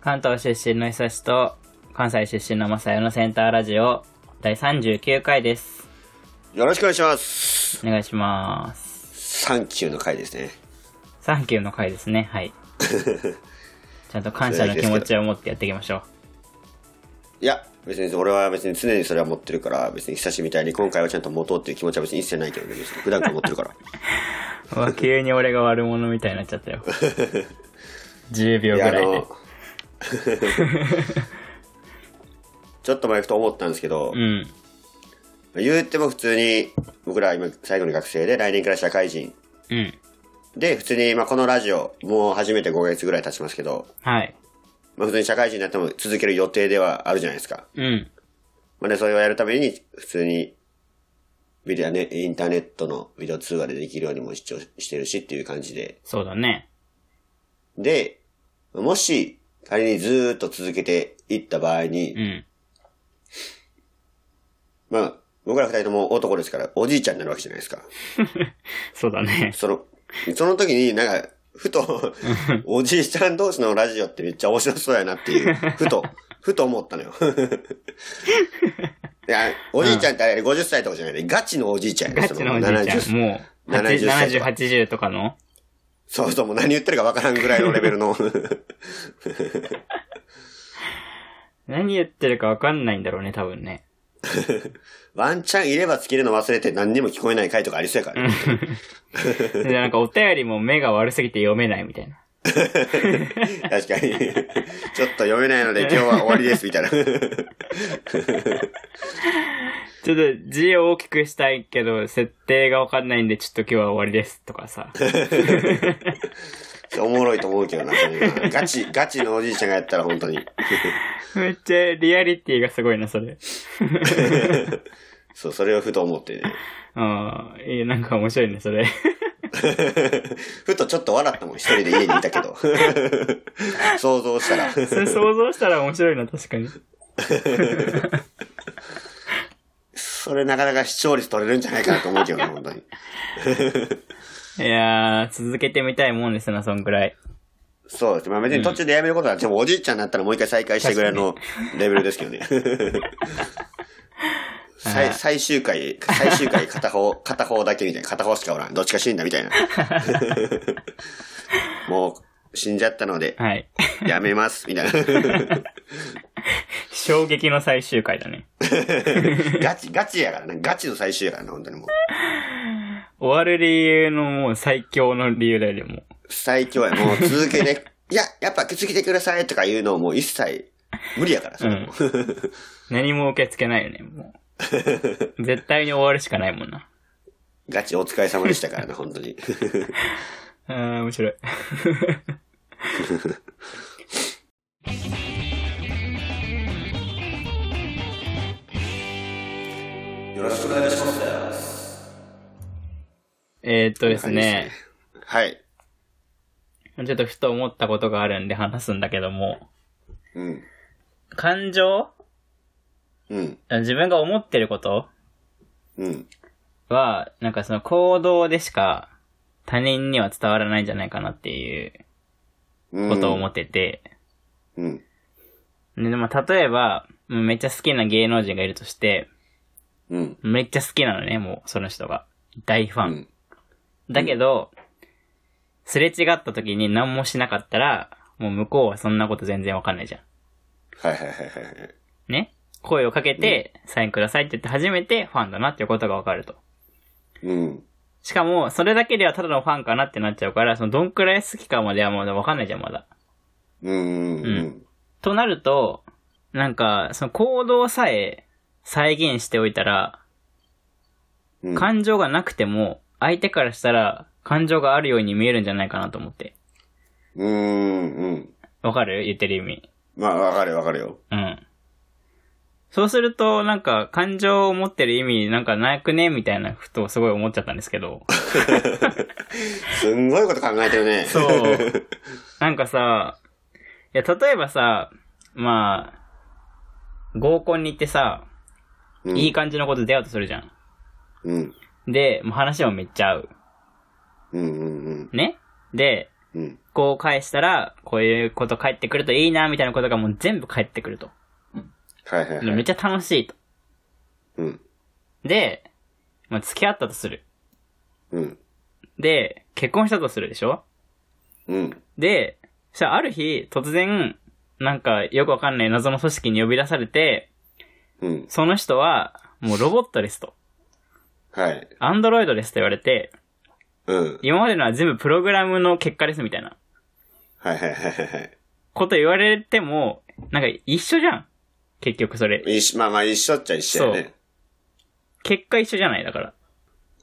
関東出身の久しと関西出身の正代のセンターラジオ第39回です。よろしくお願いします。お願いします。サンキューの回ですね。サンキューの回ですね。はい。ちゃんと感謝の気持ちを持ってやっていきましょいや、別に俺は別に常にそれは持ってるから、別に久しみたいに今回はちゃんと持とうっていう気持ちは別に一切ないけどね、別に普段から持ってるから。う。うわ、急に俺が悪者みたいになっちゃったよ。10秒いぐや、あらいでの。、 ちょっと前ふと思ったんですけどう、ん。言っても普通に、僕ら今最後の学生で来年から社会人。うん。で、普通に、まあこのラジオ、もう初めて5ヶ月ぐらい経ちますけど、はい。まあ普通に社会人になっても続ける予定ではあるじゃないですか。うん。まあね、それをやるために、普通に、ビデオね、インターネットのビデオ通話でできるようにも視聴してるしっていう感じで。そうだね。で、もし、仮にずーっと続けていった場合に、うん。まあ、僕ら二人とも男ですから、おじいちゃんになるわけじゃないですか。そうだね。その、その時になんか、ふ と、おじいちゃん同士のラジオってめっちゃ面白そうやなっていう、ふと、ふと思ったのよ。 いや、おじいちゃんってあれ50歳とかじゃないね。ガチのおじいちゃんやね。ガチのおじいちゃそん。の70もう、 70 70、歳80とかのそうそう、もう何言ってるかわからんぐらいのレベルの。 何言ってるかわかんないんだろうね、多分ね。ワンチャンいれば尽きるの忘れて何にも聞こえない回とかありそうやから、ね。で、なんかお便りも目が悪すぎて読めないみたいな。 確かに。ちょっと読めないので今日は終わりです、みたいな。ちょっと字を大きくしたいけど、設定がわかんないんで、ちょっと今日は終わりですとかさ。 おもろいと思うけどな、それはガチ、ガチのおじいちゃんがやったら本当に。 めっちゃリアリティがすごいな、それ。そう、それをふと思ってね。うん。いいなんか面白いね、それ。 ふとちょっと笑ったもん、一人で家にいたけど。 想像したら。それ想像したら面白いな、確かに。それなかなか視聴率取れるんじゃないかなと思うけどな、本当に。いやー、続けてみたいもんですな、そんぐらい。そうですね。まあ別に途中でやめることは、でもおじいちゃんになったらもう一回再開してぐらいのレベルですけどね。最最終回、最終回片方、片方だけみたいな。片方しかおらん。どっちか死んだみたいな。もう、死んじゃったので、はい。 やめます、みたいな。衝撃の最終回だね。ガチ、ガチやからね。ガチの最終やからね、本当にもう。終わる理由のもう最強の理由だよね、も最強や。もう続けて、いや、やっぱ続けてくださいとか言うのもう一切無理やから、それも。う。何も受け付けないよね、もう。絶対に終わるしかないもんな。ガチお疲れ様でしたからね、本当に。あー、面白い。よろしくお願いします。えー、っとですね、はい。ちょっとふと思ったことがあるんで話すんだけども、うん。感情うん。自分が思ってることうん。は、なんかその行動でしか他人には伝わらないんじゃないかなっていううん。ことを思ってて、うん。で、まあ例えば、もうめっちゃ好きな芸能人がいるとして、うん。めっちゃ好きなのね、もうその人が。大ファン。うん。だけど、すれ違った時に何もしなかったら、もう向こうはそんなこと全然わかんないじゃん。はいはいはいはいはい。ね声をかけて、サインくださいって言って初めてファンだなっていうことがわかると。うん。しかも、それだけではただのファンかなってなっちゃうから、そのどんくらい好きかまではまだわかんないじゃん、まだ。うん。うん。となると、なんか、その行動さえ再現しておいたら、うん。感情がなくても、相手からしたら感情があるように見えるんじゃないかなと思って。うん。うん。わかる言ってる意味。まあ、わかるわかるよ。うん。そうすると、なんか、感情を持ってる意味、なんかなくねみたいな、ふとすごい思っちゃったんですけど。すんごいこと考えてるね。そ。う。なんかさ、いや、例えばさ、まあ、合コンに行ってさ、うん、いい感じのこと出会うとするじゃん。うん。で、もう話もめっちゃ合う。うん。うん。ねで、うん。考を返したら、こういうこと返ってくるといいな、みたいなことがもう全部返ってくると。はいはいはめっい。ちゃ楽しいと。うん。で、まあ、付き合ったとする。うん。で、結婚したとするでしょうん。で、そしたらある日、突然、なんかよくわかんない謎の組織に呼び出されて、うん。その人は、もうロボットですと。はい。アンドロイドですと言われて、うん。今までのは全部プログラムの結果ですみたいなはいはいはいはいこと言われても、なんか一緒じゃん。結局それ。はい。一緒、まあまあ一緒っちゃ一緒やね。結果一緒じゃないだから。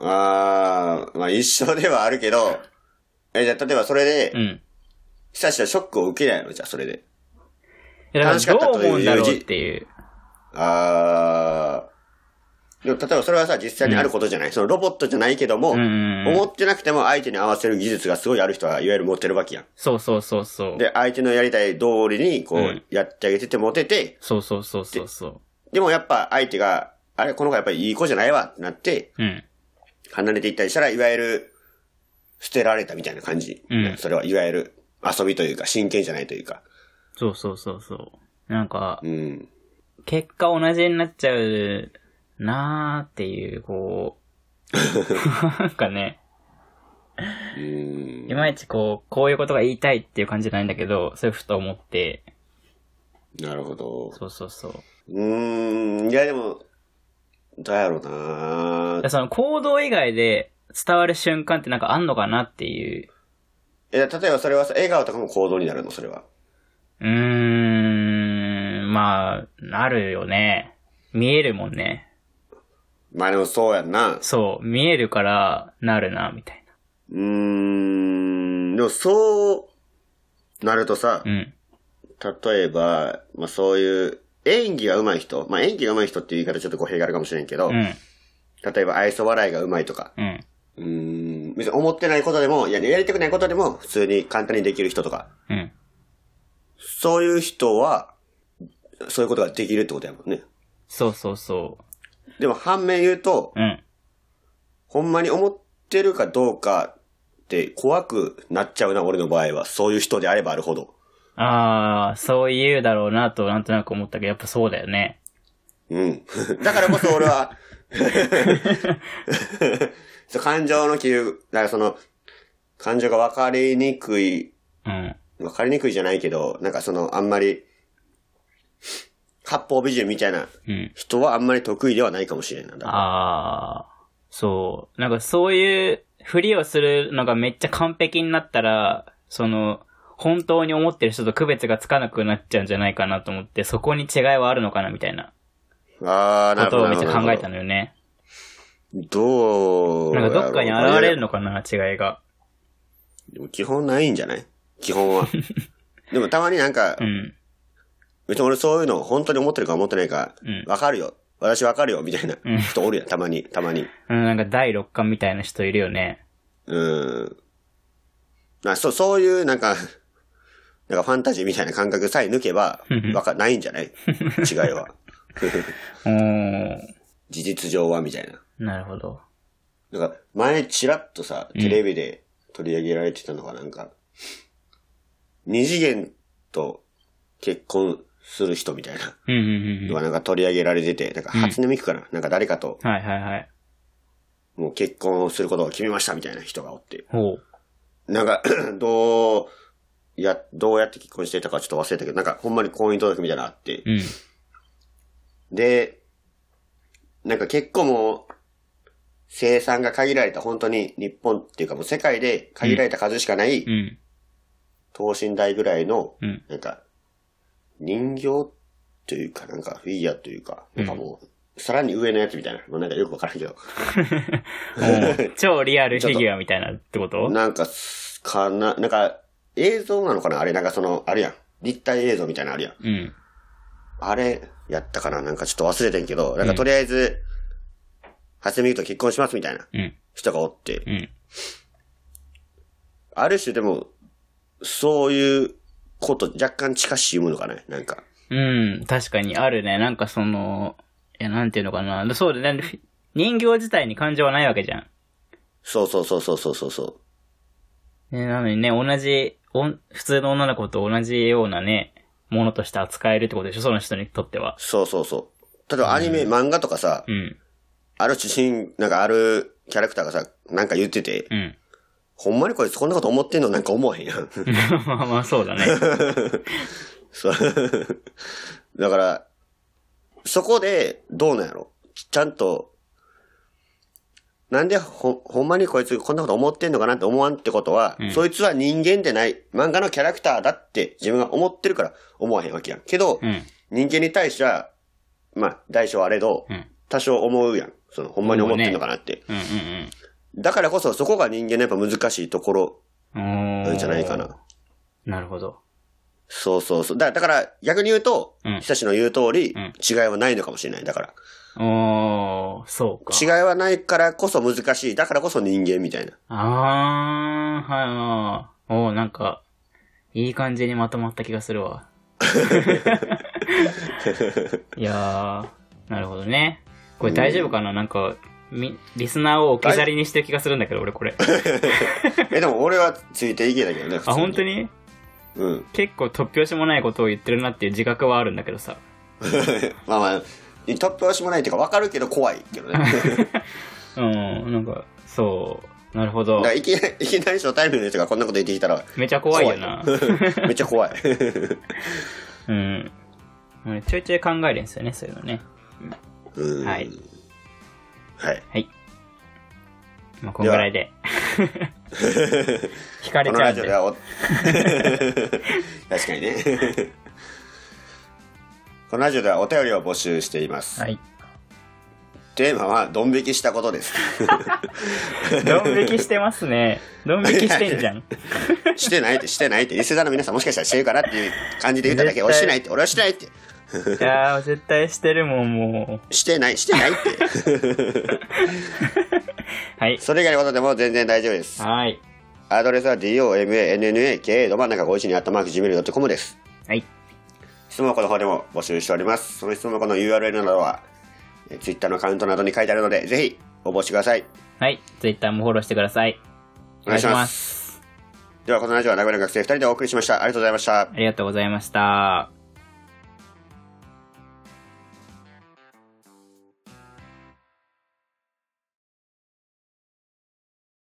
あー、まあ一緒ではあるけど、え、じゃあ例えばそれで、うん。久しはショックを受けないのじゃあそれで。いやだ楽しかかっらどたとういう思うんだろうっていう。あー。でも例えばそれはさ、実際にあることじゃない、そのロボットじゃないけども、うんうんうん思ってなくても相手に合わせる技術がすごいある人はいわゆる持ってるわけやん。そうそうそうそう。で、相手のやりたい通りに、こう、うんやってあげててモテて、そうそうそうそうそでもやっぱ相手が、あれ、この子やっぱりいい子じゃないわってなって、う。うん。離れていったりしたら、いわゆる、捨てられたみたいな感じ。うんそれはいわゆる、遊びというか、真剣じゃないというか。そうそうそうそう。なんか、うん。結果同じになっちゃうなーっていう、こ う。なんかね、うん。いまいちこう、こういうことが言いたいっていう感じじゃないんだけど、そういうふと思って、なるほど。そうそうそう。うーん。いや、でも、どうやろうだな からその行動以外で伝わる瞬間ってなんかあんのかなっていう。え、例えばそれはさ、笑顔とかも行動になるの、それは。うーん、まあ、なるよね。見えるもんね。まあでもそうやんな。そう、見えるから、なるな、みたいうーん。でも、そう、なるとさ、な。うん。例えば、まあそういう、演技が上手い人、まあ演技が上手い人っていう言い方ちょっと語弊があるかもしれんけど、うん。例えば愛想笑いが上手いとか、うん。うーん、別に思ってないことでも、いや、やりたくないことでも普通に簡単にできる人とか、うん。そういう人は、そういうことができるってことやもんね。そうそうそでも反面言うと、う。うん。ほんまに思ってるかどうかって怖くなっちゃうな、俺の場合は。そういう人であればあるほど。ああ、そう言うだろうなと、なんとなく思ったけど、やっぱそうだよね。うん。 だからこそ俺は、 そう感情の起由、だからその、感情が分かりにくい、うん。分かりにくいじゃないけど、なんかその、あんまり、八方美人みたいなうん。人はあんまり得意ではないかもしれんないな。ああ、そう。なんかそういうふりをするのがめっちゃ完璧になったら、その、本当に思ってる人と区別がつかなくなっちゃうんじゃないかなと思って、そこに違いはあるのかな、みたいなあー、こなるほとどをなめるっほちど。ゃ考えたのよね。どうなんかどっかに現れるののかな、違いが。基本ないんじゃない基本は。でもたまになんかう、ん。別に俺そういうの本当に思ってるか思ってないかうん、わかるよ。私わかるよ、みたいな人おるやん、たまに、たまに。うん、なんか第六感みたいな人いるよね。うん。あそう、そういう、なんか、なんかファンタジーみたいな感覚さえ抜けば、わか、ないんじゃない違いは。おー。事実上は、みたいな。なるほど。なんか、前、ちらっとさ、テレビで取り上げられてたのが、なんか、二次元と結婚する人みたいなうんうんうんのうがなんか取り上げられてて、なんか、初音ミクかな、なんか誰かと、ん。はいはいはい。もう結婚することを決めましたみたいな人がおって。ほう。なんか、 どう、や、どうやって結婚してたかちょっと忘れたけど、なんかほんまに婚姻届みたいなのあって。うん。で、なんか結構もう、生産が限られた、本当に日本っていうかもう世界で限られた数しかない、うん。等身大ぐらいの、うん。なんか、人形というか、なんかフィギュアというか、なんかもう、さらに上のやつみたいな、もうなんかよくわからんけど。おー超リアルフィギュアみたいなってことなんかす、かな、なんか、映像なのかなあれ、なんかその、あれやん。立体映像みたいなのあるやん。うん。あれ、やったかななんかちょっと忘れてんけど、なんかとりあえず、初音ミクと結婚しますみたいなうん。人がおって、うん。ある種でも、そういうこと若干近しいものかねなんか。うん、確かにあるね。なんかその、いや、なんていうのかな。そうだね。人形自体に感情はないわけじゃん。そうそうそうそうそうそうそう。ね、なのにね、同じおん普通の女の子と同じようなね、ものとして扱えるってことでしょその人にとっては。そうそうそう。例えばアニメ、漫画とかさ、うん。ある主人、なんかあるキャラクターがさ、なんか言ってて、うん。ほんまにこいつこんなこと思ってんのなんか思わへんやん。まあまあ、そうだね。そう。 だから、そこで、どうなんやろちゃんと、なんでほ、ほんまにこいつこんなこと思ってんのかなって思わんってことは、うんそいつは人間でない、漫画のキャラクターだって自分が思ってるから思わへんわけやん。けど、うん。人間に対しては、まあ、代償あれど、うん。多少思うやん。その、ほんまに思ってんのかなって。うんだからこそ、そこが人間のやっぱ難しいところうんうん。おーなんじゃないかな。。なるほど。そうそうそう。だだから、逆に言うと、うん久しの言う通り、うん違いはないのかもしれない。だから。おー、そうか。違いはないからこそ難しい。だからこそ人間 みたいな。あー、はい、あー。おー、なんか、いい感じにまとまった気がする わ。いやー、なるほどね。これ大丈夫かな、なんか、み、リスナーを置き去りにしてる気がするんだけど、俺これ。え、でも俺はついていけたけどね。あ、本当ににうん。 結構突拍子もないことを言ってるなっていう自覚はあるんだけどさ。まあまあ、突拍子もないっていうか分かるけど怖いけど ね。だうん、なんか、そう。なるほどか。らいきなり、いきなり初対面の人がこんなこと言ってきた ら、めちゃ怖いよな。めっちゃ怖い。うん。うんちょいちょい考えるんですよね、そういうのね。うんはい。はい。まあ、こんぐらいで。惹かれこちのゃうラんジオで で。はお、確かにね。 このラジオではお便りを募集しています。はい。テーマは、ドン引きしたことです。 ドン引きしてますね。ドン引きしてん じゃん。してないって、してないって、リスナーの皆さんもしかしたらしてるかなっていう感じで言っただけ、絶対俺してないって、俺はしてないって、いやー、絶対してるもん、もしてない、してないって。う。はい。それ以外のことでも全然大丈夫です。はい。アドレスは domannaka ど真ん中51にあったマーク gmail.com です。はい。質問箱の方でも募集しております。その質問箱の URL などは、え Twitter のアカウントなどに書いてあるので、ぜひ応募してください。はい。ツイッターもフォローしてください。。お願いしますでは、このラジオは名古屋の学生2人でお送りしました。ありがとうございました。ありがとうございました。